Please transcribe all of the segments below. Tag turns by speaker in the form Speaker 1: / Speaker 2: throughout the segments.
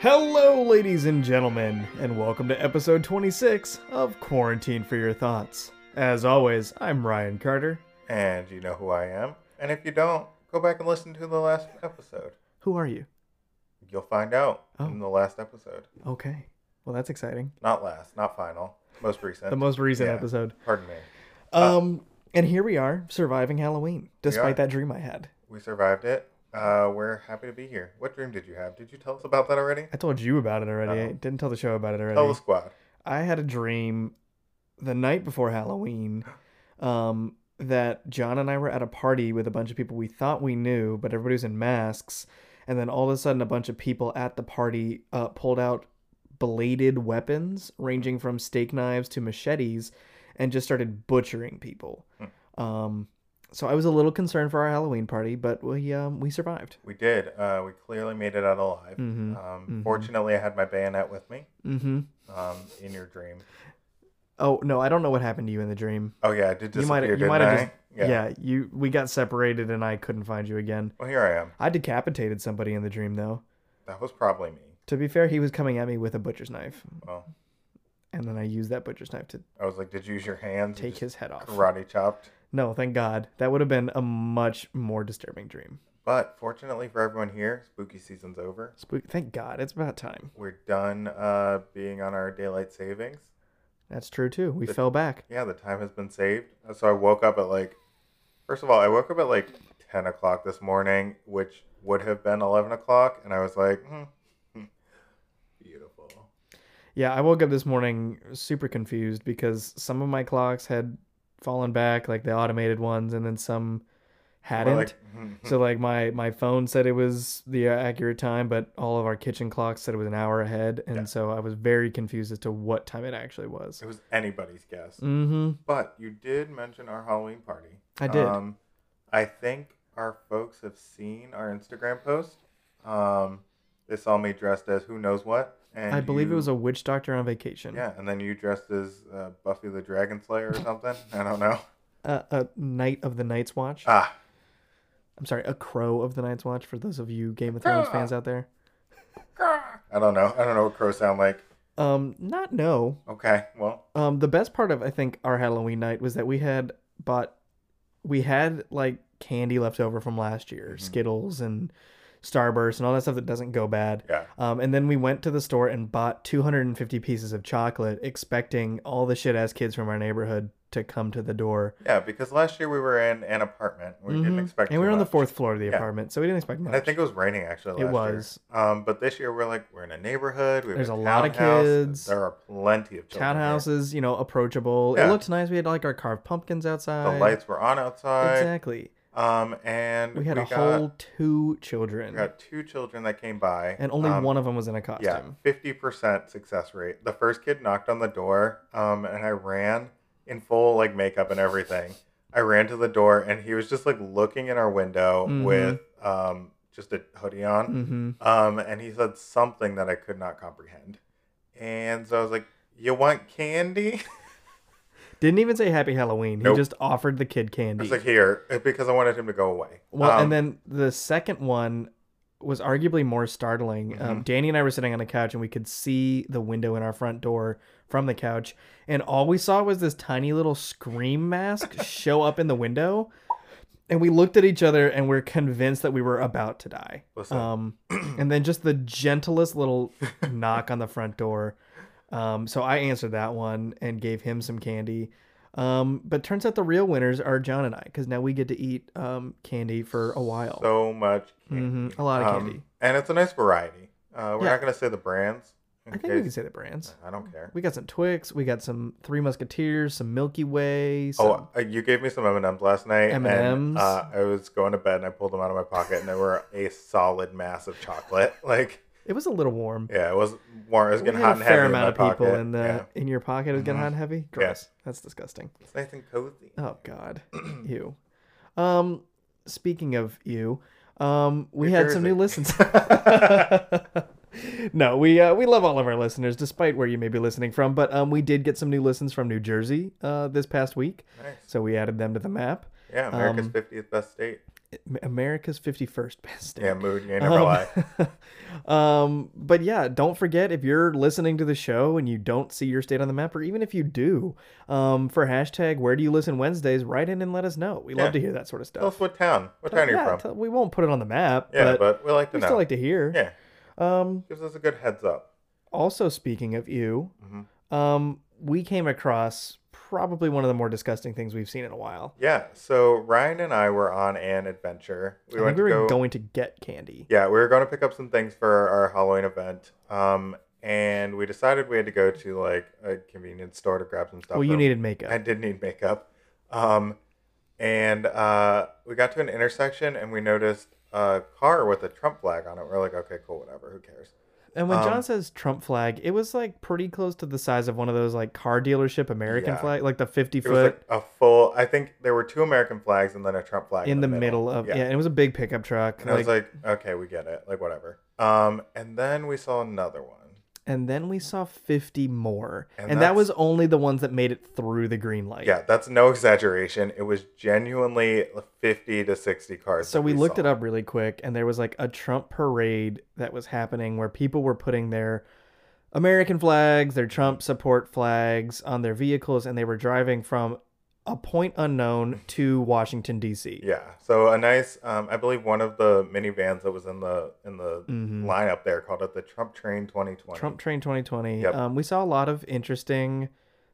Speaker 1: Hello, ladies and gentlemen, and welcome to episode 26 of Quarantine for Your Thoughts. As always, I'm Ryan Carter.
Speaker 2: and you know who I am. And if you don't, go back and listen to the last episode.
Speaker 1: Who are you?
Speaker 2: You'll find out
Speaker 1: Oh.
Speaker 2: in the last episode.
Speaker 1: Okay. Well, that's exciting.
Speaker 2: Not last, not final, most recent.
Speaker 1: The most recent
Speaker 2: Yeah.
Speaker 1: episode.
Speaker 2: Pardon me.
Speaker 1: Um, and here we are surviving Halloween, despite
Speaker 2: are.
Speaker 1: that dream I had.
Speaker 2: We survived it. Uh, we're happy to be here. What dream did you have? Did you tell us about that already?
Speaker 1: I told you about it already. I
Speaker 2: Oh.
Speaker 1: didn't tell the show about it already.
Speaker 2: Tell the squad.
Speaker 1: I had a dream the night before Halloween um, that John and I were at a party with a bunch of people we thought we knew, but everybody was in masks. And then all of a sudden, a bunch of people at the party uh, pulled out bladed weapons, ranging from steak knives to machetes, and just started butchering people. Um, so I was a little concerned for our Halloween party, but we um, we survived.
Speaker 2: We did. Uh, we clearly made it out alive.
Speaker 1: Mm-hmm.
Speaker 2: Um,
Speaker 1: mhm.
Speaker 2: Fortunately, I had my bayonet with me
Speaker 1: Mm-hmm.
Speaker 2: um, in your dream.
Speaker 1: Oh no, I don't know what happened to you in the dream.
Speaker 2: Oh, yeah, I did
Speaker 1: You might-
Speaker 2: disappear,
Speaker 1: you
Speaker 2: didn't
Speaker 1: might have
Speaker 2: I?
Speaker 1: just- Yeah. you we got separated and I couldn't find you again.
Speaker 2: Well, here I am.
Speaker 1: I decapitated somebody in the dream though.
Speaker 2: That was probably me.
Speaker 1: To be fair, he was coming at me with a butcher's knife,
Speaker 2: Well,
Speaker 1: and then I used that butcher's knife to
Speaker 2: I was like, did you use your hands? You
Speaker 1: take
Speaker 2: just
Speaker 1: his head off.
Speaker 2: Karate chopped.
Speaker 1: No, thank God. That would have been a much more disturbing dream.
Speaker 2: But fortunately for everyone here, spooky season's over.
Speaker 1: Spook thank God, it's about time.
Speaker 2: We're done uh, being on our daylight savings.
Speaker 1: That's true too. We
Speaker 2: But-
Speaker 1: fell back.
Speaker 2: Yeah, the time has been saved. Uh, So I woke up at like, first of all, I woke up at like 10 o'clock this morning, which would have been 11 o'clock. And I was like, hmm, hmm, beautiful.
Speaker 1: Yeah, I woke up this morning super confused because some of my clocks had fallen back, like the automated ones, and then some
Speaker 2: We're
Speaker 1: hadn't.
Speaker 2: like, hmm, hmm.
Speaker 1: So like my my phone said it was the accurate time, but all of our kitchen clocks said it was an hour ahead, and
Speaker 2: Yeah.
Speaker 1: so I was very confused as to what time it actually was.
Speaker 2: it was anybody's guess.
Speaker 1: Mm-hmm.
Speaker 2: But you did mention our Halloween party.
Speaker 1: I did.
Speaker 2: Um, I think our folks have seen our Instagram post. Um, they saw me dressed as who knows what. And
Speaker 1: I believe
Speaker 2: you-
Speaker 1: it was a witch doctor on vacation.
Speaker 2: Yeah, and then you dressed as uh, Buffy the Dragon Slayer or something. I don't know.
Speaker 1: A, a knight of the Night's Watch.
Speaker 2: Ah,
Speaker 1: I'm sorry, a crow of the Night's Watch for those of you Game of Thrones fans out there.
Speaker 2: I don't know. I don't know what crows sound like.
Speaker 1: Um, not no.
Speaker 2: Okay, well,
Speaker 1: Um, the best part of I think our Halloween night was that we had bought, we had like candy left over from last year,
Speaker 2: Mhm.
Speaker 1: Skittles and Starburst and all that stuff that doesn't go bad.
Speaker 2: yeah.
Speaker 1: Um, and then we went to the store and bought 250 pieces of chocolate, expecting all the shit ass kids from our neighborhood to come to the door.
Speaker 2: Yeah, because last year we were in an apartment. We didn't
Speaker 1: Mhm.
Speaker 2: expect
Speaker 1: And we
Speaker 2: too
Speaker 1: were on the
Speaker 2: much.
Speaker 1: fourth floor of the
Speaker 2: Yeah.
Speaker 1: apartment, so we didn't expect much.
Speaker 2: And I think it was raining actually.
Speaker 1: It
Speaker 2: Last
Speaker 1: was.
Speaker 2: Year. Um, but this year we're like we're in a neighborhood. We have
Speaker 1: There's a
Speaker 2: a
Speaker 1: lot of
Speaker 2: townhouse.
Speaker 1: kids.
Speaker 2: There are plenty of children here.
Speaker 1: Townhouses, you know, approachable. It
Speaker 2: Yeah.
Speaker 1: looked nice. We had like our carved pumpkins outside.
Speaker 2: The lights were on outside.
Speaker 1: Exactly.
Speaker 2: Um, and
Speaker 1: We had a
Speaker 2: got,
Speaker 1: whole two
Speaker 2: we
Speaker 1: children,
Speaker 2: got two children that came by,
Speaker 1: and only
Speaker 2: Um,
Speaker 1: one of them was in a
Speaker 2: Yeah,
Speaker 1: costume.
Speaker 2: fifty percent success rate. The first kid knocked on the door, um, and I ran in full like makeup and everything. I ran to the door, and he was just like looking in our window
Speaker 1: Mhm.
Speaker 2: with um just a hoodie on,
Speaker 1: Mm-hmm.
Speaker 2: um, and he said something that I could not comprehend, and so I was like, "You want candy?"
Speaker 1: Didn't even say Happy Halloween.
Speaker 2: Nope.
Speaker 1: He just offered the kid
Speaker 2: I
Speaker 1: candy.
Speaker 2: was like, "Here," because I wanted him to go away.
Speaker 1: Well,
Speaker 2: Um,
Speaker 1: and then the second one was arguably more startling. Um, Danny and I were sitting on a couch, and we could see the window in our front door from the couch, and all we saw was this tiny little scream mask show up in the window, and we looked at each other, and we're convinced that we were about to die.
Speaker 2: listen,
Speaker 1: Um, and then just the gentlest little knock on the front door. Um, so I answered that one and gave him some candy. Um, but turns out the real winners are John and I because now we get to eat um, candy for a while.
Speaker 2: so much candy.
Speaker 1: Mhm, a lot of
Speaker 2: Um,
Speaker 1: candy.
Speaker 2: and it's a nice variety. Uh, we're
Speaker 1: Yeah.
Speaker 2: not gonna say the brands. in
Speaker 1: I think we can
Speaker 2: case-
Speaker 1: say the brands.
Speaker 2: I don't care.
Speaker 1: We got some Twix, we got some Three Musketeers, some Milky Way. Some...
Speaker 2: Oh, uh, you gave me some M and M's last night. and,
Speaker 1: M&Ms?
Speaker 2: uh, I was going to bed and I pulled them out of my pocket, and they were a solid mass of chocolate. Like,
Speaker 1: it was a little warm.
Speaker 2: yeah, it was warm. It was
Speaker 1: We
Speaker 2: getting
Speaker 1: had
Speaker 2: hot and heavy. in my
Speaker 1: people
Speaker 2: pocket.
Speaker 1: in the
Speaker 2: Yeah.
Speaker 1: in your pocket. It was getting
Speaker 2: Mhm.
Speaker 1: hot and heavy. Gross. That's disgusting.
Speaker 2: It's nice and cozy.
Speaker 1: Oh God, you. Um, speaking of you, um, we
Speaker 2: New
Speaker 1: had some new
Speaker 2: Jersey.
Speaker 1: listens. no, we uh, we love all of our listeners, despite where you may be listening from. But um, we did get some new listens from New Jersey uh, this past week,
Speaker 2: Nice.
Speaker 1: so we added them to the map.
Speaker 2: Yeah, America's
Speaker 1: Um,
Speaker 2: 50th best state.
Speaker 1: America's 51st best day.
Speaker 2: Yeah, mood. You ain't never lie.
Speaker 1: Um, um, but yeah, don't forget if you're listening to the show and you don't see your state on the map, or even if you do, um, for hashtag Where Do You Listen Wednesdays, write in and let us know. We
Speaker 2: Yeah.
Speaker 1: love to hear that sort of
Speaker 2: Tell
Speaker 1: stuff.
Speaker 2: us what town. What town are you
Speaker 1: Yeah,
Speaker 2: from?
Speaker 1: tell- we won't put it on the map,
Speaker 2: yeah,
Speaker 1: but,
Speaker 2: but we like to
Speaker 1: we
Speaker 2: know.
Speaker 1: still like to hear.
Speaker 2: yeah,
Speaker 1: Um,
Speaker 2: gives us a good heads up.
Speaker 1: also, speaking of you,
Speaker 2: Mhm.
Speaker 1: um, we came across probably one of the more disgusting things we've seen in a while.
Speaker 2: Yeah. So Ryan and I were on an adventure. We
Speaker 1: I think
Speaker 2: went
Speaker 1: we were
Speaker 2: to go.
Speaker 1: going to get candy.
Speaker 2: Yeah, we were going to pick up some things for our Halloween event. Um, and we decided we had to go to like a convenience store to grab some stuff.
Speaker 1: well, you
Speaker 2: for-
Speaker 1: needed makeup.
Speaker 2: I did need makeup. Um, and uh, we got to an intersection and we noticed a car with a Trump flag on it. We're like, okay, cool, whatever. Who cares?
Speaker 1: And when
Speaker 2: Um,
Speaker 1: John says Trump flag, it was like pretty close to the size of one of those like car dealership American
Speaker 2: Yeah.
Speaker 1: flag, like the 50
Speaker 2: It was
Speaker 1: foot
Speaker 2: like a full. I think there were two American flags and then a Trump flag
Speaker 1: in the middle, of. Yeah.
Speaker 2: Yeah.
Speaker 1: and it was a big pickup truck.
Speaker 2: And I was like, okay, we get it. Like whatever. Um, and then we saw another one.
Speaker 1: and then we saw 50 more.
Speaker 2: And
Speaker 1: And, that
Speaker 2: that's-
Speaker 1: was only the ones that made it through the green light.
Speaker 2: Yeah, that's no exaggeration. It was genuinely fifty to sixty cars.
Speaker 1: So
Speaker 2: that
Speaker 1: we looked
Speaker 2: saw.
Speaker 1: it up really quick, and there was like a Trump parade that was happening where people were putting their American flags, their Trump support flags on their vehicles, and they were driving from a point unknown to Washington, D.C.
Speaker 2: Yeah. So a nice, um, I believe one of the minivans that was in the in the
Speaker 1: Mhm.
Speaker 2: lineup there called it the Trump Train 2020.
Speaker 1: Trump Train 2020.
Speaker 2: Yep.
Speaker 1: Um, we saw a lot of interesting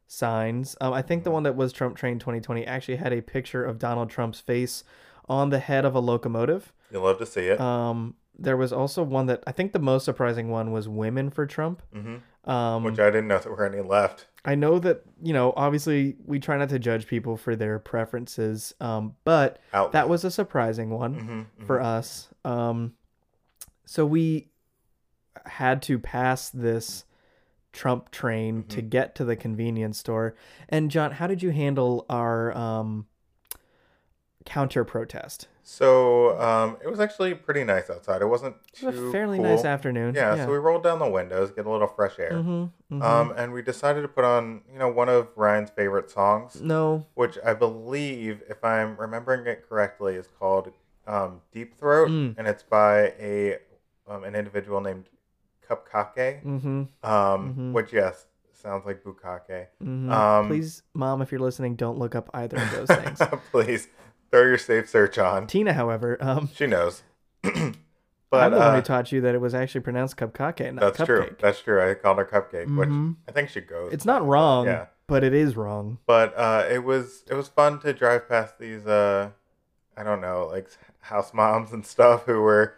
Speaker 1: signs. Um, I think
Speaker 2: Mm-hmm.
Speaker 1: the one that was Trump Train 2020 actually had a picture of Donald Trump's face on the head of a locomotive.
Speaker 2: You love to see it.
Speaker 1: Um, there was also one that I think the most surprising one was Women for Trump.
Speaker 2: hmm
Speaker 1: Um,
Speaker 2: Which I didn't know there were any left.
Speaker 1: I know that, you know, obviously we try not to judge people for their preferences, um, but
Speaker 2: Out.
Speaker 1: that was a surprising one
Speaker 2: Mhm, mhm.
Speaker 1: for us. Um, so we had to pass this Trump train to
Speaker 2: Mm-hmm.
Speaker 1: get to the convenience store. And John, how did you handle our um, counter protest?
Speaker 2: So um, it was actually pretty nice outside. It wasn't
Speaker 1: It was
Speaker 2: too
Speaker 1: a fairly
Speaker 2: cool.
Speaker 1: nice afternoon.
Speaker 2: Yeah, So we rolled down the windows, get a little fresh air.
Speaker 1: mm-hmm,
Speaker 2: Um, and we decided to put on, you know, one of Ryan's favorite songs,
Speaker 1: no,
Speaker 2: which I believe, if I'm remembering it correctly, is called um, Deep Throat,
Speaker 1: Mm.
Speaker 2: and it's by a um, an individual named Cupcake,
Speaker 1: mm-hmm,
Speaker 2: um,
Speaker 1: Mhm.
Speaker 2: which yes sounds like Bukake.
Speaker 1: hmm
Speaker 2: Um,
Speaker 1: please, mom, if you're listening, don't look up either of those things.
Speaker 2: Please throw your safe search on.
Speaker 1: Tina, however, um,
Speaker 2: She knows.
Speaker 1: I'm
Speaker 2: but
Speaker 1: the one who
Speaker 2: uh,
Speaker 1: taught you that it was actually pronounced cupcake, not
Speaker 2: that's
Speaker 1: cupcake.
Speaker 2: true. That's true. I called her Cupcake, which
Speaker 1: Mhm.
Speaker 2: I think she goes.
Speaker 1: It's
Speaker 2: by,
Speaker 1: not
Speaker 2: but
Speaker 1: wrong,
Speaker 2: Yeah.
Speaker 1: but it is wrong.
Speaker 2: but uh, it was it was fun to drive past these uh, I don't know like house moms and stuff who were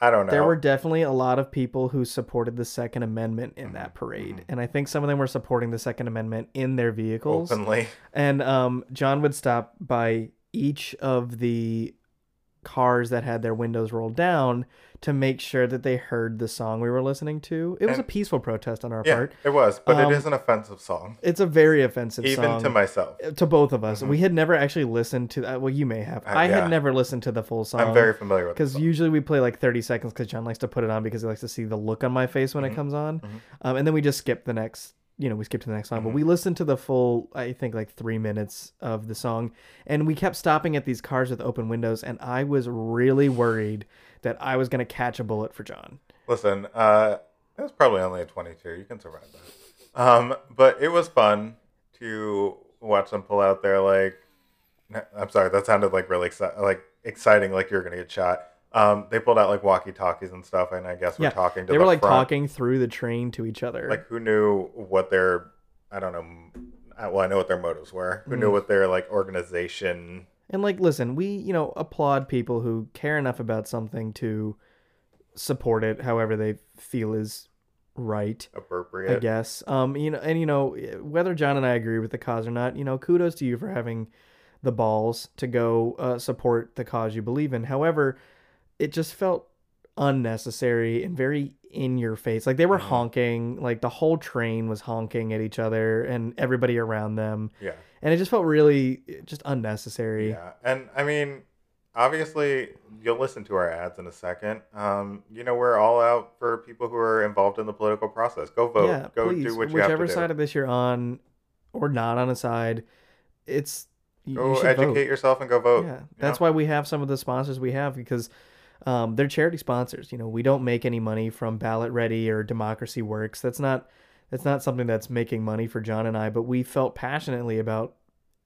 Speaker 2: I don't know
Speaker 1: There were definitely a lot of people who supported the Second Amendment in that parade,
Speaker 2: Mm-hmm.
Speaker 1: and I think some of them were supporting the Second Amendment in their vehicles.
Speaker 2: openly
Speaker 1: And um, John would stop by each of the cars that had their windows rolled down to make sure that they heard the song we were listening to. It was
Speaker 2: And-
Speaker 1: a peaceful protest on our
Speaker 2: yeah
Speaker 1: part.
Speaker 2: it was but
Speaker 1: Um,
Speaker 2: it is an offensive song
Speaker 1: It's a very offensive
Speaker 2: even
Speaker 1: song.
Speaker 2: to myself
Speaker 1: to both of us. We had never actually listened to that. Well, you may have.
Speaker 2: Uh,
Speaker 1: I
Speaker 2: yeah.
Speaker 1: had never listened to the full song.
Speaker 2: I'm very familiar with the
Speaker 1: because
Speaker 2: song.
Speaker 1: usually we play like 30 seconds because John likes to put it on because he likes to see the look on my face when it
Speaker 2: Mm-hmm.
Speaker 1: comes on. Um, and then we just skip the next, you know, we skip to the next song. But
Speaker 2: Mm-hmm.
Speaker 1: we listened to the full, I think, like three minutes of the song. And we kept stopping at these cars with open windows. And I was really worried that I was going to catch a bullet for John.
Speaker 2: listen uh, it was probably only a 22 you can survive that um but it was fun to watch them pull out their like n- I'm sorry that sounded like really exci- like exciting like you were gonna get shot. Um, they pulled out like walkie talkies and stuff, and I guess we're
Speaker 1: Yeah,
Speaker 2: talking to
Speaker 1: They
Speaker 2: the
Speaker 1: were like
Speaker 2: front.
Speaker 1: talking through the train to each other.
Speaker 2: like who knew what their i don't know m- I- well i know what their motives were who
Speaker 1: Mm.
Speaker 2: knew what their like organization
Speaker 1: And like, listen, we you know applaud people who care enough about something to support it, however they feel is right. I
Speaker 2: appropriate
Speaker 1: guess. Um, you know, and you know whether John and I agree with the cause or not. You know, kudos to you for having the balls to go uh, support the cause you believe in. However, it just felt unnecessary and very in your face. Like they
Speaker 2: Mm-hmm.
Speaker 1: were honking, like the whole train was honking at each other and everybody around them,
Speaker 2: yeah
Speaker 1: and it just felt really eh, just unnecessary.
Speaker 2: yeah and i mean obviously you'll listen to our ads in a second um you know we're all out for people who are involved in the political process go vote
Speaker 1: yeah,
Speaker 2: go
Speaker 1: please.
Speaker 2: do what you
Speaker 1: Whichever
Speaker 2: have to
Speaker 1: side
Speaker 2: do
Speaker 1: of this you're on or not on a side, it's you, you
Speaker 2: Go
Speaker 1: should
Speaker 2: educate
Speaker 1: vote.
Speaker 2: yourself and go vote.
Speaker 1: Yeah,
Speaker 2: Oh, you
Speaker 1: that's
Speaker 2: know?
Speaker 1: why we have some of the sponsors we have because um, they're charity sponsors. You know, we don't make any money from Ballot Ready or Democracy Works. That's not that's not something that's making money for John and I. But we felt passionately about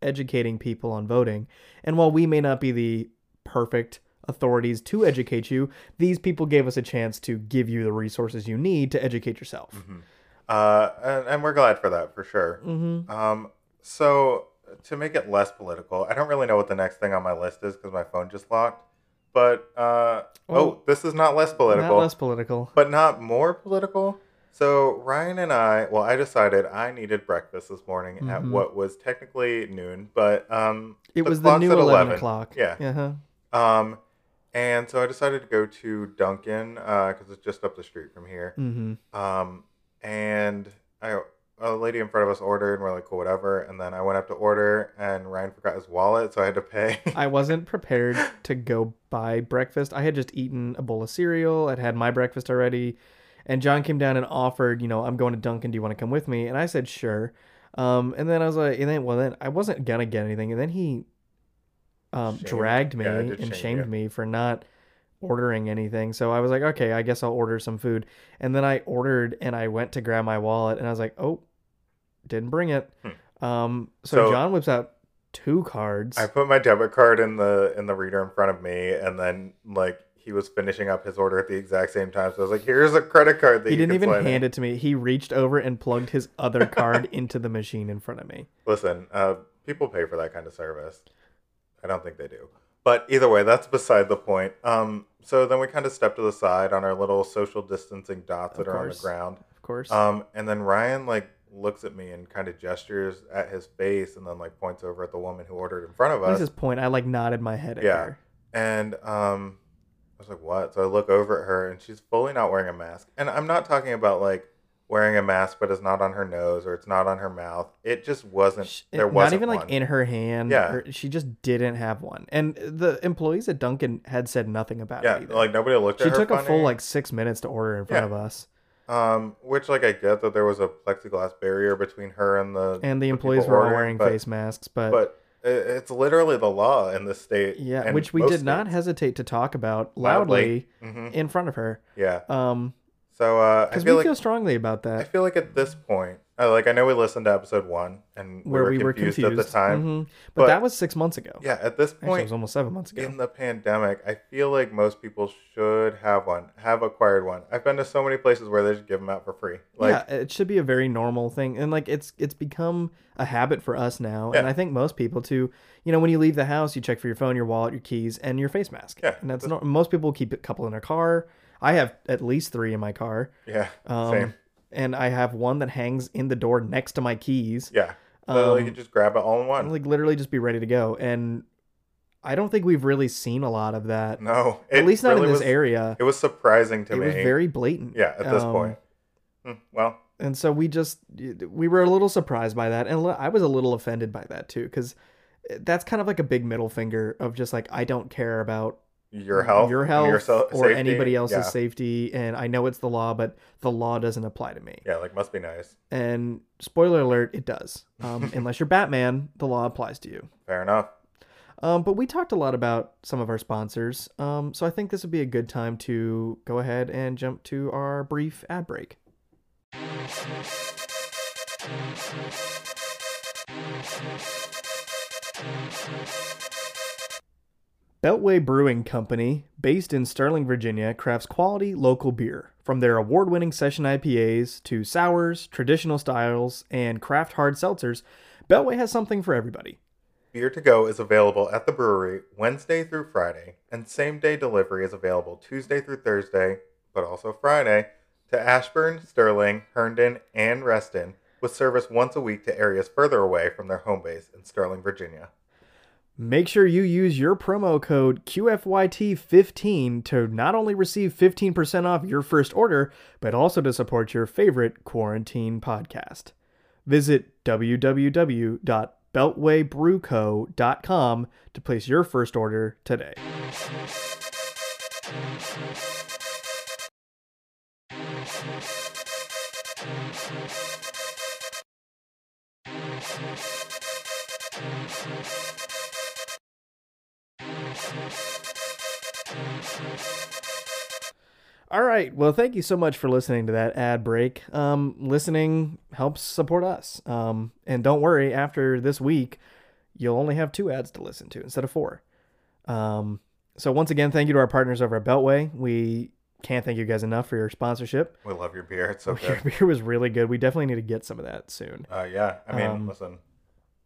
Speaker 1: educating people on voting. And while we may not be the perfect authorities to educate you, these people gave us a chance to give you the resources you need to educate yourself.
Speaker 2: Uh, and, and we're glad for that for sure.
Speaker 1: Mm-hmm.
Speaker 2: Um, so to make it less political, I don't really know what the next thing on my list is because my phone just locked. But uh, oh,
Speaker 1: Well,
Speaker 2: this is not less political,
Speaker 1: Not less political.
Speaker 2: but not more political. So Ryan and I, well, I decided I needed breakfast this morning at
Speaker 1: Mhm.
Speaker 2: what was technically noon, but um,
Speaker 1: It was the
Speaker 2: clock's
Speaker 1: new
Speaker 2: at
Speaker 1: 11, o'clock.
Speaker 2: Yeah.
Speaker 1: Uh-huh.
Speaker 2: Um, and so I decided to go to Duncan because it's just up the street from here.
Speaker 1: Mm-hmm.
Speaker 2: Um, and I, a lady in front of us ordered, and we're like, cool, whatever. And then I went up to order, and Ryan forgot his wallet, so I had to pay.
Speaker 1: I wasn't prepared to go buy breakfast. I had just eaten a bowl of cereal. I'd had my breakfast already. And John came down and offered, you know, I'm going to Dunkin'. Do you want to come with me? And I said, sure. Um, and then I was like, and then, well, then I wasn't going to get anything. And then he um,
Speaker 2: Shamed.
Speaker 1: dragged me
Speaker 2: Yeah, I did
Speaker 1: and
Speaker 2: shame
Speaker 1: shamed
Speaker 2: you.
Speaker 1: me for not ordering anything. So I was like, okay, I guess I'll order some food. And then I ordered and I went to grab my wallet and I was like, oh, didn't bring it. Um, so,
Speaker 2: Hmm. So-
Speaker 1: John whips out two cards.
Speaker 2: I put my debit card in the in the reader in front of me, and then like he was finishing up his order at the exact same time. So I was like, here's a credit card that
Speaker 1: he
Speaker 2: you
Speaker 1: didn't
Speaker 2: can
Speaker 1: even
Speaker 2: slide in.
Speaker 1: hand it to me. He reached over and plugged his other card into the machine in front of me.
Speaker 2: Listen, uh, people pay for that kind of service. I don't think they do. But either way, that's beside the point. Um, so then we kind of stepped to the side on our little social distancing dots that
Speaker 1: Of
Speaker 2: are on the
Speaker 1: course.
Speaker 2: ground.
Speaker 1: Of course.
Speaker 2: Um, and then Ryan like looks at me and kind of gestures at his face, and then like points over at the woman who ordered in front of
Speaker 1: At
Speaker 2: us.
Speaker 1: this point, I like nodded my head at
Speaker 2: Yeah.
Speaker 1: her.
Speaker 2: And um, I was like, "What?" So I look over at her, and she's fully not wearing a mask. And I'm not talking about like wearing a mask, but it's not on her nose or it's not on her mouth. It just wasn't.
Speaker 1: Sh-
Speaker 2: there
Speaker 1: not
Speaker 2: wasn't
Speaker 1: even
Speaker 2: one.
Speaker 1: like in her hand.
Speaker 2: Yeah.
Speaker 1: or- she just didn't have one. And the employees at Duncan had said nothing about
Speaker 2: yeah,
Speaker 1: it either.
Speaker 2: like nobody looked at
Speaker 1: she
Speaker 2: her.
Speaker 1: took a full
Speaker 2: funny.
Speaker 1: like six minutes to order in front
Speaker 2: Yeah.
Speaker 1: of us,
Speaker 2: um, which like I get that there was a plexiglass barrier between her and the
Speaker 1: and the
Speaker 2: people
Speaker 1: employees were all
Speaker 2: ordering,
Speaker 1: wearing
Speaker 2: but-
Speaker 1: face masks. But,
Speaker 2: but it, it's literally the law in this state.
Speaker 1: yeah,
Speaker 2: and
Speaker 1: which we
Speaker 2: most
Speaker 1: did not
Speaker 2: states.
Speaker 1: hesitate to talk about
Speaker 2: Loudly.
Speaker 1: loudly,
Speaker 2: Mhm.
Speaker 1: in front of her.
Speaker 2: Yeah.
Speaker 1: Um,
Speaker 2: So uh, I
Speaker 1: because we
Speaker 2: feel like
Speaker 1: feel strongly about
Speaker 2: I
Speaker 1: that.
Speaker 2: feel like at this point, I, like I know we listened to episode one and we
Speaker 1: Where
Speaker 2: were,
Speaker 1: we were
Speaker 2: confused,
Speaker 1: confused
Speaker 2: at the time.
Speaker 1: Mhm.
Speaker 2: but-
Speaker 1: but that was six months ago.
Speaker 2: Yeah, at this
Speaker 1: Actually, it was
Speaker 2: point
Speaker 1: almost seven months ago.
Speaker 2: in the pandemic, I feel like most people should have one, have acquired one. I've been to so many places where they just give them out for free. Like,
Speaker 1: yeah, it should be a very normal thing, and like it's it's become a habit for us now, and
Speaker 2: Yeah.
Speaker 1: I think most people too. You know, when you leave the house, you check for your phone, your wallet, your keys, and your face mask.
Speaker 2: Yeah.
Speaker 1: and that's not most people keep a couple in their car. I have at least three in my car,
Speaker 2: yeah,
Speaker 1: um,
Speaker 2: same.
Speaker 1: and I have one that hangs in the door next to my keys.
Speaker 2: Yeah. So like you just grab it all in one.
Speaker 1: um, Like literally, just be ready to go. And I don't think we've really seen a lot of that,
Speaker 2: no, it
Speaker 1: at least not
Speaker 2: really
Speaker 1: in this
Speaker 2: was-
Speaker 1: area.
Speaker 2: It was surprising to
Speaker 1: It
Speaker 2: me.
Speaker 1: was very blatant.
Speaker 2: yeah, at this
Speaker 1: Um,
Speaker 2: point. Hmm, well,
Speaker 1: and so we just we were a little surprised by that and i was a little offended by that too because that's kind of like a big middle finger of just like i don't care about
Speaker 2: your health,
Speaker 1: your
Speaker 2: and
Speaker 1: health
Speaker 2: so-
Speaker 1: or
Speaker 2: safety,
Speaker 1: anybody else's
Speaker 2: yeah.
Speaker 1: safety and i know it's the law but the law doesn't apply to me
Speaker 2: Yeah, like must be nice.
Speaker 1: and spoiler alert it does um, unless you're batman the law applies to you
Speaker 2: Fair enough.
Speaker 1: um, but we talked a lot about some of our sponsors um, so i think this would be a good time to go ahead and jump to our brief ad break Beltway Brewing Company, based in Sterling, Virginia, crafts quality local beer. From their award winning session IPAs to sours, traditional styles, and craft hard seltzers, Beltway has something for everybody.
Speaker 2: Beer to go is available at the brewery Wednesday through Friday, and same day delivery is available Tuesday through Thursday, but also Friday, to Ashburn, Sterling, Herndon, and Reston, with service once a week to areas further away from their home base in Sterling, Virginia.
Speaker 1: Make sure you use your promo code QFYT15 to not only receive 15% off your first order, but also to support your favorite quarantine podcast. Visit www.beltwaybrewco.com to place your first order today. All right. Well, thank you so much for listening to that ad break. Um, listening helps support us. Um, and don't worry, after this week, you'll only have two ads to listen to instead of four. Um, so, once again, thank you to our partners over at Beltway. We can't thank you guys enough for your sponsorship.
Speaker 2: We love your beer. It's so
Speaker 1: Oh, Your
Speaker 2: good.
Speaker 1: beer was really good. We definitely need to get some of that soon.
Speaker 2: Uh, yeah. I mean,
Speaker 1: Um,
Speaker 2: listen,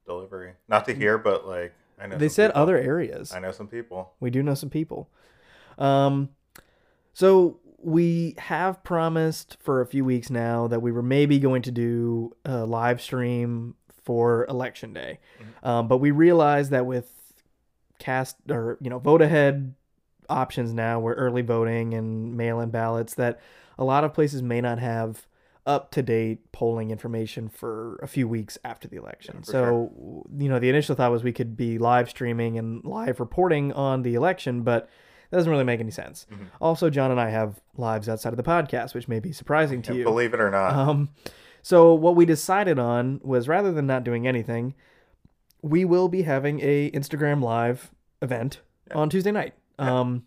Speaker 2: delivery. Not to hear, but like, I know.
Speaker 1: They
Speaker 2: some
Speaker 1: said
Speaker 2: people.
Speaker 1: other areas.
Speaker 2: I know some people.
Speaker 1: We do know some people. Um, so we have promised for a few weeks now that we were maybe going to do a live stream for election day,
Speaker 2: Mm-hmm.
Speaker 1: um, but we realized that with cast or you know vote ahead options now, where early voting and mail-in ballots, that a lot of places may not have up-to-date polling information for a few weeks after the election.
Speaker 2: Yeah, for
Speaker 1: so
Speaker 2: sure.
Speaker 1: w- you know, the initial thought was we could be live streaming and live reporting on the election, but that doesn't really make any sense.
Speaker 2: Mhm.
Speaker 1: Also, John and I have lives outside of the podcast, which may be surprising to you.
Speaker 2: Believe it or not.
Speaker 1: Um, so what we decided on was rather than not doing anything, we will be having a Instagram live event
Speaker 2: Yeah.
Speaker 1: on Tuesday night.
Speaker 2: Yeah.
Speaker 1: Um,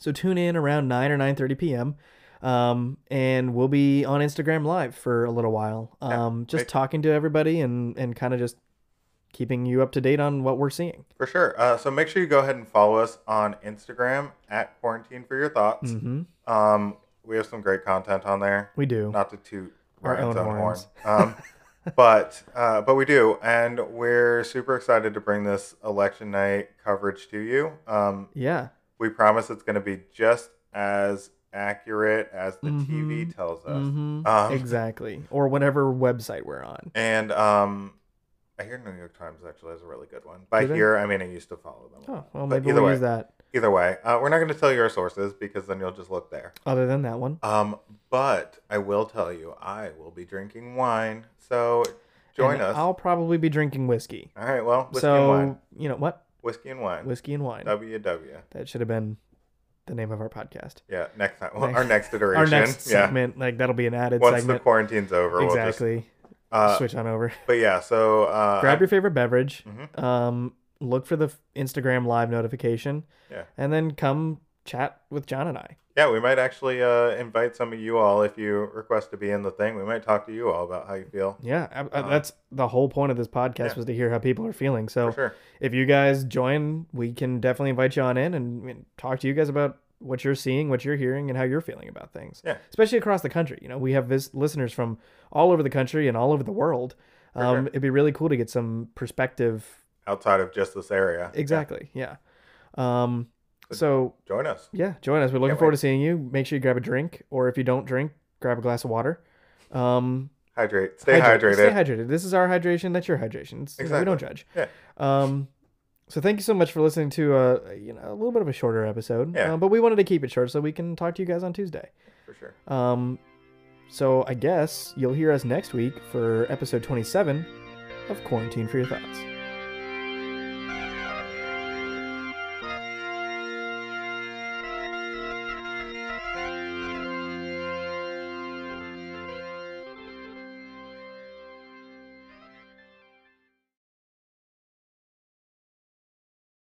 Speaker 1: so tune in around nine or nine thirty p.m. Um, and we'll be on Instagram live for a little while.
Speaker 2: Yeah.
Speaker 1: Um, just
Speaker 2: Right.
Speaker 1: talking to everybody and and kind of just keeping you up to date on what we're seeing.
Speaker 2: For sure. Uh, so make sure you go ahead and follow us on Instagram at Quarantine for Your Thoughts.
Speaker 1: hmm
Speaker 2: Um, we have some great content on there.
Speaker 1: We do.
Speaker 2: Not to toot
Speaker 1: Our
Speaker 2: Ryan's
Speaker 1: own
Speaker 2: own horn,
Speaker 1: horns.
Speaker 2: um, but uh, but we do, and we're super excited to bring this election night coverage to you. Um,
Speaker 1: Yeah.
Speaker 2: we promise it's going to be just as accurate as the TV
Speaker 1: Mhm.
Speaker 2: tells us.
Speaker 1: hmm
Speaker 2: Um,
Speaker 1: exactly. Or whatever website we're on.
Speaker 2: And um, I hear New York Times actually has a really good one. By
Speaker 1: Do they?
Speaker 2: here, I mean I used to follow them.
Speaker 1: Oh, well,
Speaker 2: But
Speaker 1: maybe
Speaker 2: either
Speaker 1: we'll
Speaker 2: way.
Speaker 1: use that.
Speaker 2: Either way, uh, we're not going to tell you our sources because then you'll just look there.
Speaker 1: Other than that one.
Speaker 2: Um, but I will tell you, I will be drinking wine. So join
Speaker 1: and
Speaker 2: us.
Speaker 1: I'll probably be drinking whiskey.
Speaker 2: All right. Well, whiskey and wine.
Speaker 1: so you know what?
Speaker 2: Whiskey and wine.
Speaker 1: Whiskey and wine.
Speaker 2: WW.
Speaker 1: that should have been the name of our podcast.
Speaker 2: Yeah. Next time. Well,
Speaker 1: Next-
Speaker 2: our next iteration.
Speaker 1: Our next
Speaker 2: yeah.
Speaker 1: segment, like that'll be an added
Speaker 2: Once the
Speaker 1: segment.
Speaker 2: quarantine's over, we'll
Speaker 1: exactly.
Speaker 2: just. Uh,
Speaker 1: Switch on over.
Speaker 2: But yeah. So uh,
Speaker 1: Grab your favorite beverage.
Speaker 2: Mhm.
Speaker 1: Um, look for the f- Instagram live notification.
Speaker 2: Yeah.
Speaker 1: And then come chat with John and I.
Speaker 2: yeah, we might actually uh, invite some of you all if you request to be in the thing. We might talk to you all about how you feel.
Speaker 1: Yeah, I- I-
Speaker 2: Um,
Speaker 1: that's the whole point of this podcast
Speaker 2: yeah.
Speaker 1: was to hear how people are feeling. So
Speaker 2: For sure.
Speaker 1: if you guys join, we can definitely invite you on in and, and talk to you guys about what you're seeing, what you're hearing, and how you're feeling about things.
Speaker 2: Yeah.
Speaker 1: Especially across the country. You know, we have vis- listeners from all over the country and all over the world.
Speaker 2: For
Speaker 1: Um,
Speaker 2: sure.
Speaker 1: It'd be really cool to get some perspective.
Speaker 2: Outside of just this area. Yeah,
Speaker 1: Exactly. Yeah. Um,
Speaker 2: Good.
Speaker 1: so
Speaker 2: join us.
Speaker 1: yeah, join us. We're looking
Speaker 2: Can't
Speaker 1: forward to seeing you. Make sure you grab a drink, or if you don't drink, grab a glass of water. Um,
Speaker 2: Hydrate. Stay
Speaker 1: Hydrate-
Speaker 2: hydrated.
Speaker 1: Stay hydrated. This is our hydration. That's your hydration. It's, you know, we don't judge.
Speaker 2: Yeah.
Speaker 1: Um, so thank you so much for listening to uh, you know a little bit of a shorter episode.
Speaker 2: Yeah.
Speaker 1: Um, but we wanted to keep it short so we can talk to you guys on Tuesday.
Speaker 2: For sure.
Speaker 1: Um, so I guess you'll hear us next week for episode 27 of Quarantine for Your Thoughts.